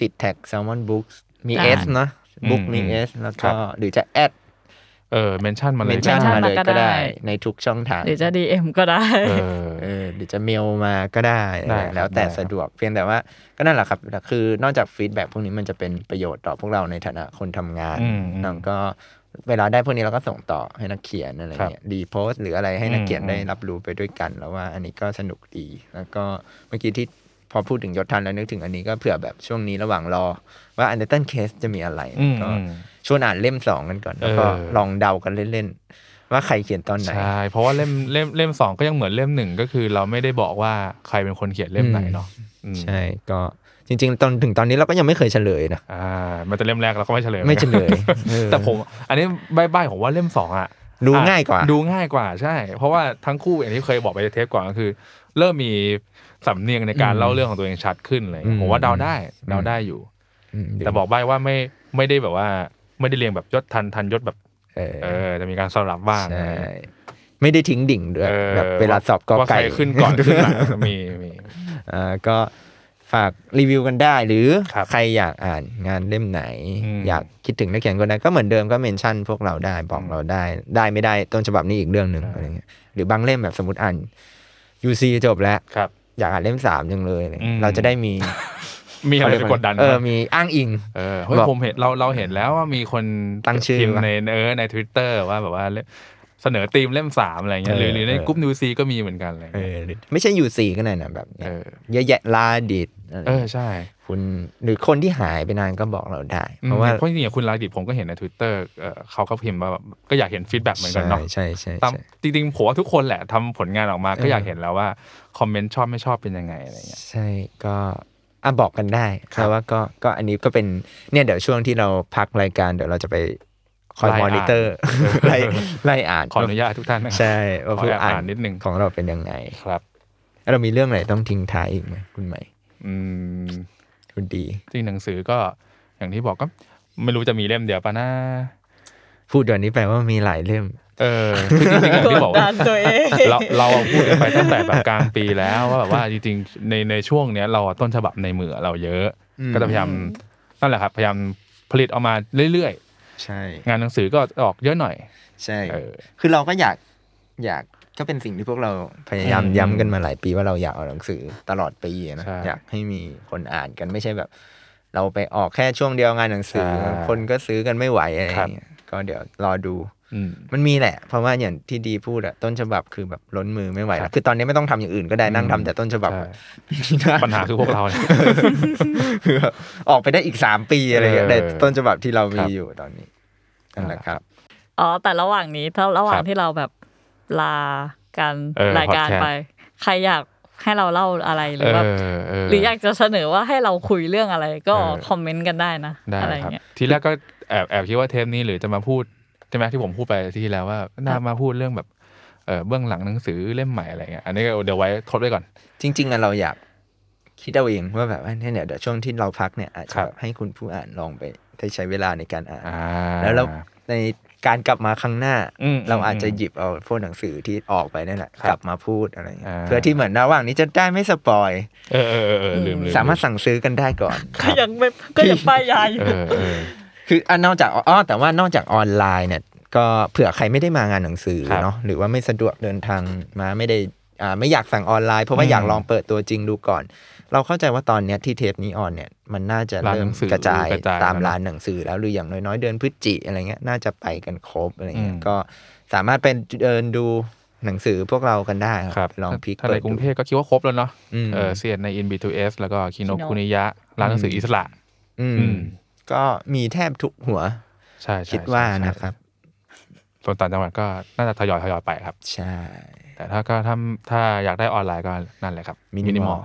[SPEAKER 3] ติดแท็ก Salmon Books มี
[SPEAKER 5] อ่า
[SPEAKER 3] S เนอะบุ๊กมี
[SPEAKER 4] อืม
[SPEAKER 3] S แล้วก็หรือจะแอด
[SPEAKER 4] เออเมนชั่นมาเล
[SPEAKER 3] เม
[SPEAKER 4] ย
[SPEAKER 3] นชั่น
[SPEAKER 5] ก็ได้
[SPEAKER 3] มาเลยก็ได้
[SPEAKER 5] ได้
[SPEAKER 3] ในทุกช่องทาง
[SPEAKER 5] หรือจะดีเอ็มก็ได้
[SPEAKER 4] เออ
[SPEAKER 3] เออหรือจะเมลมาก็ได้
[SPEAKER 4] ได้
[SPEAKER 3] นะแล้ว
[SPEAKER 4] ครับ
[SPEAKER 3] แต่
[SPEAKER 4] ได้ครับ
[SPEAKER 3] สะดวกเพียงแต่ว่าก็นั่นแหละครับคือนอกจากฟีดแบ็พวกนี้มันจะเป็นประโยชน์ต่อพวกเราในฐานะคนทำงาน
[SPEAKER 4] อืมอืม
[SPEAKER 3] น้องก็เวลาได้พวกนี้เราก็ส่งต่อให้นักเขียนอะไรเงี้ยรีโพสต์หรืออะไรให้นักเขียน
[SPEAKER 4] อืม
[SPEAKER 3] ได้รับรู้ไปด้วยกัน แล้วว่าอันนี้ก็สนุกดีแล้วก็เมื่อกี้ที่พอพูดถึงยศทันแล้วนึกถึงอันนี้ก็เผื่อแบบช่วงนี้ระหว่างรอ ว่าอันเดอร์ตันเคสจะมีอะไร
[SPEAKER 4] อืม
[SPEAKER 3] ก็
[SPEAKER 4] อืม
[SPEAKER 3] ชวนอ่านเล่มสองกันก่อนแล้วก็
[SPEAKER 4] เออ
[SPEAKER 3] ลองเดากันเล่นๆว่าใครเขียนตอนไหน
[SPEAKER 4] ใช่เพราะว่าเล่มเล่มเล่มสองก็ยังเหมือนเล่มหนึ่งก็คือเราไม่ได้บอกว่าใครเป็นคนเขียนเล่มไหนเนาะอืม
[SPEAKER 3] ใช่ก็จริงๆตอนถึงตอนนี้เราก็ยังไม่เคยเฉลยนะ
[SPEAKER 4] อ่ามันจะเล่มแรกเราก็ไม่เฉลย
[SPEAKER 3] ไม่เฉลยเออ
[SPEAKER 4] แต่ผม อันนี้ใบ้ๆผมว่าเล่มสองอ่ะ
[SPEAKER 3] ดูง่ายกว่า
[SPEAKER 4] ดูง่ายกว่าใช่ เพราะว่าทั้งคู่อย่างที่เคยบอกไปในเทปก่อนก็คือ เริ่มมีสำเนียงในการเล่าเรื่องของตัวเองชัดขึ้นเลย
[SPEAKER 3] อืม
[SPEAKER 4] ผมว่าเดาได้เดาได้อยู่
[SPEAKER 3] มดู
[SPEAKER 4] แต่บอกใบ้ว่าไม่ไม่ได้แบบว่า ไม่ได้เรียงแบบยศทันทันยศแบบ
[SPEAKER 3] เออ
[SPEAKER 4] เออจะมีการสลับบ้าง
[SPEAKER 3] ใช่ไม่ได้ทิ้งดิ่งด้วย
[SPEAKER 4] ออ
[SPEAKER 3] แบบเวลาสอบก็
[SPEAKER 4] ว่า
[SPEAKER 3] ไก่
[SPEAKER 4] ใครขึ้น ก่อนขึ้นหลังมีมี
[SPEAKER 3] เออก็ฝากรีวิวกันได้หรือ
[SPEAKER 4] ครับ
[SPEAKER 3] ใครอยากอ่านงานเล่มไหน
[SPEAKER 4] อืม
[SPEAKER 3] อยากคิดถึงนักเขียนคนนั้นก็เหมือนเดิมก็เมนชั่นพวกเราได้บอกเราได้ ได้ไม่ได้ต้นฉบับนี้อีกเรื่องหนึ่งอะไรเงี้ยหรือบางเล่มแบบสมมติอ่าน UC จบแล้ว
[SPEAKER 4] ครับ
[SPEAKER 3] อยากอ่านเล่มสามจังเลยอะไร
[SPEAKER 4] อื
[SPEAKER 3] เงี้ย
[SPEAKER 4] ม
[SPEAKER 3] เราจะได้มี
[SPEAKER 4] มีอะไรไปกดดัน
[SPEAKER 3] เออ
[SPEAKER 4] ไหม
[SPEAKER 3] มีอ้างอิง
[SPEAKER 4] เออเฮ้ย
[SPEAKER 3] บอก
[SPEAKER 4] ผมเห็นเราเราเห็นแล้วว่ามีคน
[SPEAKER 3] ตั้งชื่อ
[SPEAKER 4] พิมพ์
[SPEAKER 3] มา
[SPEAKER 4] ในเออในทวิตเตอร์ว่าแบบว่าเล่มเสนอธีมเล่มสามอะไรเงี้ยหรือหรือใน
[SPEAKER 3] เออ
[SPEAKER 4] กลุ่มนิวซีก็มีเหมือนกันอะไร
[SPEAKER 3] เอ
[SPEAKER 4] เงี้
[SPEAKER 3] อ
[SPEAKER 4] ย
[SPEAKER 3] ไม่ใช่อยู่สี่ก็ได้นะแบบเนี่ย
[SPEAKER 4] เออ
[SPEAKER 3] เยอะแยะลาดิดอะไร
[SPEAKER 4] เออใช่
[SPEAKER 3] คุณหรือคนที่หายไปนานก็บอกเราได้
[SPEAKER 4] อืม
[SPEAKER 3] เพราะว่า
[SPEAKER 4] เพราะจริงๆอย่างคุณลาดิบผมก็เห็นใน Twitter เอ่อเขาก็พิมพ์ว่าแบบก็อยากเห็นฟีดแบ็กเหมือนกัน
[SPEAKER 3] ใช่
[SPEAKER 4] เนาะ
[SPEAKER 3] ใช่ใช่
[SPEAKER 4] ตาม
[SPEAKER 3] ใช่
[SPEAKER 4] จริงๆผมว่าทุกคนแหละทำผลงานออกมาก็
[SPEAKER 3] เออ
[SPEAKER 4] อ
[SPEAKER 3] อ
[SPEAKER 4] ยากเห็นแล้วว่า คอมเมนต์ชอบไม่ชอบเป็นยังไงอะไรเงี้ย
[SPEAKER 3] ใช่ก็อ่ะบอกกันได้
[SPEAKER 4] ครับ
[SPEAKER 3] แต่ว่าก็ก็อันนี้ก็เป็นเนี่ยเดี๋ยวช่วงที่เราพักรายการเดี๋ยวเราจะไปคอย
[SPEAKER 4] ไล่
[SPEAKER 3] มอ
[SPEAKER 4] อ่าน
[SPEAKER 3] นิเตอร์ ไล่ไล่อ่าน
[SPEAKER 4] ขออนุญาตทุกท่านนะครับ
[SPEAKER 3] ใช่ว่าผู้
[SPEAKER 4] ขอแอบ
[SPEAKER 3] อ่า
[SPEAKER 4] อ่าน นนิดนึง
[SPEAKER 3] ของเราเป็นยังไง
[SPEAKER 4] ครับ
[SPEAKER 3] แล้วเรามีเรื่องไหนต้องทิ้งท้ายอีกไหมคุณใหม่
[SPEAKER 4] อืม
[SPEAKER 3] คุณดี
[SPEAKER 4] จริงหนังสือก็อย่างที่บอกก็ไม่รู้จะมีเล่มเดียวปะนะ
[SPEAKER 3] พูดเดี๋ยวนี้แปลว่ามีหลายเล่ม
[SPEAKER 4] เออคือจริงๆอย่างที่บอก
[SPEAKER 5] กดดั
[SPEAKER 4] ว่าน
[SPEAKER 5] ตัวเอง
[SPEAKER 4] เราเราพูดกันไปตั้งแต่แบบกลางปีแล้วว่าแบบว่าจริงๆในในช่วงเนี้ยเราต้นฉบับในมือเราเยอะ ก็จะพยายามนั่นแหละครับพยายามผลิตออกมาเรื่อยๆ
[SPEAKER 3] ใช่
[SPEAKER 4] งานหนังสือก็ออกเยอะหน่อย
[SPEAKER 3] ใช่
[SPEAKER 4] เออ
[SPEAKER 3] คือเราก็อยากอยากก็เป็นสิ่งที่พวกเราพยายาม
[SPEAKER 4] อืม
[SPEAKER 3] ย้ำกันมาหลายปีว่าเราอยากเอาหนังสือตลอดปีอะนะ
[SPEAKER 4] ใช่
[SPEAKER 3] อยากให้มีคนอ่านกันไม่ใช่แบบ เราไปออกแค่ช่วงเดียวงานหนังสือ
[SPEAKER 4] ใช่
[SPEAKER 3] คนก็ซื้อกันไม่ไหวอะไร
[SPEAKER 4] ครับ
[SPEAKER 3] เงี้ยก็เดี๋ยวรอดู
[SPEAKER 4] อืม
[SPEAKER 3] มันมีแหละ เพราะว่าอย่างที่ดีพูดอะต้นฉบับคือแบบล้นมือไม่ไหว
[SPEAKER 4] ครั
[SPEAKER 3] แล้ว
[SPEAKER 4] บ
[SPEAKER 3] คือตอนนี้ไม่ต้องทำอย่างอื่นก็ได้นั่งทำแต่ต้นฉบับ
[SPEAKER 4] ใช่
[SPEAKER 3] นะ
[SPEAKER 4] ปัญหาคือพวกเราเนี่ย
[SPEAKER 3] คือแบบออกไปได้อีกสามปีอะไรเงี้ย
[SPEAKER 4] เออ
[SPEAKER 3] ในต้นฉบับที่เรา
[SPEAKER 4] ค
[SPEAKER 3] มี
[SPEAKER 4] รับ
[SPEAKER 3] อยู่ตอนนี้นั่นแหละครับ
[SPEAKER 5] อ๋อแต่ระหว่างนี้ถ้าระหว่า
[SPEAKER 4] ค
[SPEAKER 5] ง
[SPEAKER 4] รับ
[SPEAKER 5] ที่เราแบบลาการ
[SPEAKER 4] เออ
[SPEAKER 5] รายการ
[SPEAKER 4] podcast
[SPEAKER 5] ไป ใครอยากให้เราเล่าอะไรหรือแบบ
[SPEAKER 4] เห
[SPEAKER 5] รืออยากจะเสนอว่าให้เราคุยเรื่องอะไรก็
[SPEAKER 4] เออ
[SPEAKER 5] คอมเมนต์กันได้นะ
[SPEAKER 4] ได้
[SPEAKER 5] อะไร
[SPEAKER 4] ครับ
[SPEAKER 5] เงี้ย
[SPEAKER 4] ทีแรกก็แอบแอบคิดว่าเทปนี้หรือจะมาพูดใช่ไหมที่ผมพูดไปที่แล้วว่าน่ามาพูดเรื่องแบบเออเบื้องหลังหนังสือเล่มใหม่อะไรเงี้ยอันนี้ก็เดี๋ยวไว้ทดไว้ก่อน
[SPEAKER 3] จริงๆอะเราอยากคิดเอาเองว่าแบบว่าเนี่ยเดี๋ยวช่วงที่เราพักเนี่ยอาจจะ
[SPEAKER 4] ครับ
[SPEAKER 3] แบบให้คุณผู้อ่านลองไปได้ใช้เวลาในการอ่าน
[SPEAKER 4] อ่า
[SPEAKER 3] แล้วเราในการกลับมาครั้งหน้า
[SPEAKER 4] อืม
[SPEAKER 3] เราอาจจะหยิบเอาพวกหนังสือที่ออกไปนั่นแหละ
[SPEAKER 4] ครับ
[SPEAKER 3] กลับมาพูดอะไรเงี้ย
[SPEAKER 4] อ่า
[SPEAKER 3] เพื่อที่เหมือนระหว่างนี้จะได้ไม่สปอย
[SPEAKER 4] เออเออเออเออลืมลืม
[SPEAKER 3] สามารถสั่งซื้อกันได้ก่อน
[SPEAKER 5] ก็ยังไม่ก็ยังป้ายยาอยู่
[SPEAKER 4] เออเออ
[SPEAKER 3] คืออันนอกจากอ๋อแต่ว่านอกจากออนไลน์เนี่ย ก็เผื่อใครไม่ได้มางานหนังสือ
[SPEAKER 4] ครับ
[SPEAKER 3] เนาะหรือว่าไม่สะดวกเดินทางมาไม่ได้ อ่าไม่อยากสั่งออนไลน์เพราะว่า
[SPEAKER 4] อืม
[SPEAKER 3] อยากลองเปิดตัวจริงดูก่อน เราเข้าใจว่าตอนเนี้ยที่เทปนี้ออนเนี่ยมันน่าจะ
[SPEAKER 4] ร้าน
[SPEAKER 3] เริ่
[SPEAKER 4] หนั
[SPEAKER 3] ม
[SPEAKER 4] งสือก
[SPEAKER 3] ระจาย
[SPEAKER 4] กระจาย
[SPEAKER 3] ตาม
[SPEAKER 4] แล้วนะ
[SPEAKER 3] ร้านหนังสือแล้วหรืออย่างน้อยๆเดือนพฤศจิอะไรเงี้ยน่าจะไปกันครบอะไรเงี้ย
[SPEAKER 4] อืม
[SPEAKER 3] ก็สามารถเป็นเดินดูหนังสือพวกเรากันได้
[SPEAKER 4] ครับ
[SPEAKER 3] ลองพลิก
[SPEAKER 4] ถ้า
[SPEAKER 3] ปิ
[SPEAKER 4] ใน
[SPEAKER 3] ด
[SPEAKER 4] กรุงเท
[SPEAKER 3] ดู
[SPEAKER 4] พก็คิดว่าครบแล้วเนาะ
[SPEAKER 3] อืม
[SPEAKER 4] เออเสียดใน In B2S แล้วก็คิโน
[SPEAKER 5] Kino
[SPEAKER 4] คุนิยะ ร้านหนังสืออิสระ
[SPEAKER 3] อืม
[SPEAKER 4] อืม
[SPEAKER 3] ก็มีแทบทุกหัว
[SPEAKER 4] ใช่ใช่
[SPEAKER 3] คิดว่า
[SPEAKER 4] ใช่ใช่
[SPEAKER 3] นะครับ
[SPEAKER 4] ส่วนต่างจังหวัดก็น่าจะทยอยทยอยไปครับ
[SPEAKER 3] ใช่
[SPEAKER 4] แต่ถ้าก็ถ้าถ้าอยากได้ออนไลน์ก็นั่นแหละครับ
[SPEAKER 3] มิ
[SPEAKER 4] Minimal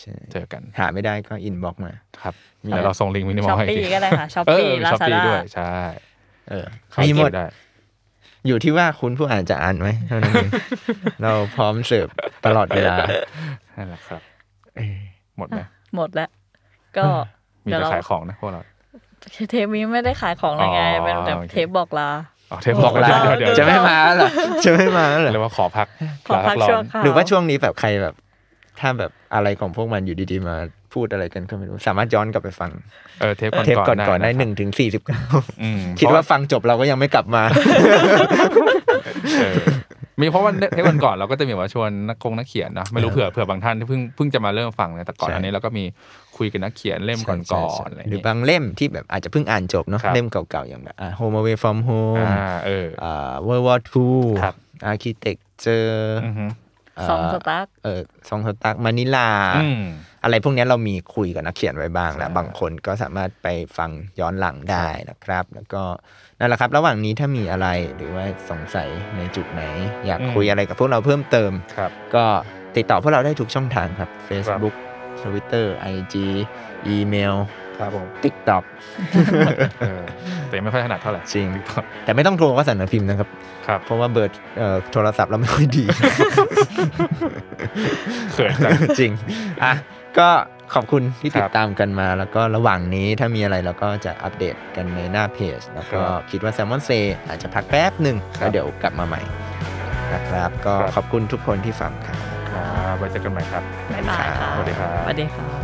[SPEAKER 3] ใช่
[SPEAKER 4] เจอกัน
[SPEAKER 3] หาไม่ได้ก็อินบ็อกมา
[SPEAKER 4] ครับ
[SPEAKER 3] มี
[SPEAKER 4] เดี๋ยวเราส่งลิงก์มินิมอ
[SPEAKER 5] ช้อ
[SPEAKER 4] ล
[SPEAKER 5] ป
[SPEAKER 4] ให้
[SPEAKER 5] ปี้
[SPEAKER 4] ที
[SPEAKER 5] ก็ได้ค่ะช้อป
[SPEAKER 4] เอ
[SPEAKER 5] ปี้
[SPEAKER 4] อ
[SPEAKER 5] ลา
[SPEAKER 4] ช้อป
[SPEAKER 5] ซา
[SPEAKER 4] ปี้
[SPEAKER 5] ด้า
[SPEAKER 4] ด้วยใช่
[SPEAKER 3] เออ
[SPEAKER 4] เข้า
[SPEAKER 3] มีหมด
[SPEAKER 4] เก็บได้
[SPEAKER 3] อยู่ที่ว่าคุณผู้อ่านจะอ่านไหมเท่านั้นเอง เราพร้อมเสิร์ฟตลอดเวลา
[SPEAKER 4] นั่นแหละครับ หมดไหม
[SPEAKER 5] หมดแล้ว ก็
[SPEAKER 4] มี
[SPEAKER 5] เดี๋ยว
[SPEAKER 4] แต่
[SPEAKER 5] เรา
[SPEAKER 4] ขายของนะพวกเรา
[SPEAKER 5] เทปนี้ไม่ได้ขายของเลยไง
[SPEAKER 4] อ๋อ
[SPEAKER 5] เป็นแบบ
[SPEAKER 4] โอเค
[SPEAKER 5] เทปบอกลา
[SPEAKER 4] เอาเทปบอกลาเดี๋ยวเดี๋ยว
[SPEAKER 3] จะไม่มาแล้วเหรอจะไม่มาแล้วเหรอ
[SPEAKER 4] เรียกว่าขอพัก
[SPEAKER 5] ขอพัก
[SPEAKER 4] ลา
[SPEAKER 5] ชั่ว
[SPEAKER 4] ร้น
[SPEAKER 5] คราว
[SPEAKER 3] หรือว่าช่วงนี้แบบใครแบบ ถ้าแบบอะไรของพวกมันอยู่ดีๆมาพูดอะไรกันก็ไม่รู้ สามารถย้อนกลับไปฟัง
[SPEAKER 4] เออเทปก่อน
[SPEAKER 3] เทปก่อนก่อนๆได้
[SPEAKER 4] ะครับ
[SPEAKER 3] หนึ่งถึงสี่สิบเก้า
[SPEAKER 4] อืม
[SPEAKER 3] คิดว่า
[SPEAKER 4] เพระ
[SPEAKER 3] ฟังจบเราก็ยังไม่กลับมา
[SPEAKER 4] เออมีเพราะว่าเทปก่อนก่อนๆเราก็จะมีว่าชวนนักคงนักเขียนนะไม่รู้เผื่อเผื่อบางท่านที่เพิ่งเพิ่งจะมาเริ่มฟังเนี่ยแต่ก่อน
[SPEAKER 3] ใช่
[SPEAKER 4] อันนี้เราก็มีคุยกับนักเขียนเล่มก่อนก่อนอะไร
[SPEAKER 3] หรื
[SPEAKER 4] เงี้
[SPEAKER 3] อย บางเล่มที่แบบอาจจะเพิ่งอ่านจบเนาะ
[SPEAKER 4] ครับ
[SPEAKER 3] เล่มเก่าๆอย่างแบบอ่ะ Home Away from Home
[SPEAKER 4] อ่าเออ
[SPEAKER 3] อ่า World War II
[SPEAKER 4] ครับ
[SPEAKER 3] Architecture
[SPEAKER 4] อือฮึ
[SPEAKER 3] า
[SPEAKER 5] สองสตาร์ท
[SPEAKER 3] เออซองสตักมานิลา
[SPEAKER 4] อืม
[SPEAKER 3] อะไรพวกเนี้ยเรามีคุยกับนักเขียนไว้บ้างแล้ว
[SPEAKER 4] ใช่
[SPEAKER 3] บางคนก็สามารถไปฟังย้อนหลังได้นะครับ แล้วก็นั่นแหละครับ ระหว่างนี้ถ้ามีอะไรหรือว่าสงสัยในจุดไหน อยากคุยอะไรกับพวกเราเพิ่มเติม
[SPEAKER 4] ครับ
[SPEAKER 3] ก็ติดต่อพวกเราได้ทุกช่องทางครับ Facebook Twitter IG อีเมล
[SPEAKER 4] ครับผม
[SPEAKER 3] TikTok
[SPEAKER 4] เออแต่ยังไม่ค่อยถนัด เท่าไหร่
[SPEAKER 3] จริง แต่ไม่ต้องโทรก็สั่นพิมพ์นะครับ
[SPEAKER 4] ครับ
[SPEAKER 3] เพราะว่าเบอร์เอ่อโทรศัพท์เราไม่ค่อยดี
[SPEAKER 4] เขิน จัง
[SPEAKER 3] จริง อ่ะ ก็ขอบคุณที่ติ
[SPEAKER 4] ค
[SPEAKER 3] ด
[SPEAKER 4] รับ
[SPEAKER 3] ตามกันมา แล้วก็ระหว่างนี้ถ้ามีอะไรเราก็จะอัปเดตกันในหน้าเพจ แล้วก็
[SPEAKER 4] ครับ
[SPEAKER 3] คิดว่าแซมมอนเซอาจจะพักแป๊บหนึ่ง
[SPEAKER 4] ครับ
[SPEAKER 3] แล้วเดี๋ยวกลับมาใหม่นะครับ ก็
[SPEAKER 4] ครับ
[SPEAKER 3] ขอบคุณทุกคนที่ฟังครับ
[SPEAKER 4] ครับไว้เจอกันใหม่ครับ
[SPEAKER 5] บ๊ายบายค่ะ
[SPEAKER 4] สวัสดีครับ
[SPEAKER 5] สวัสดีค่ะ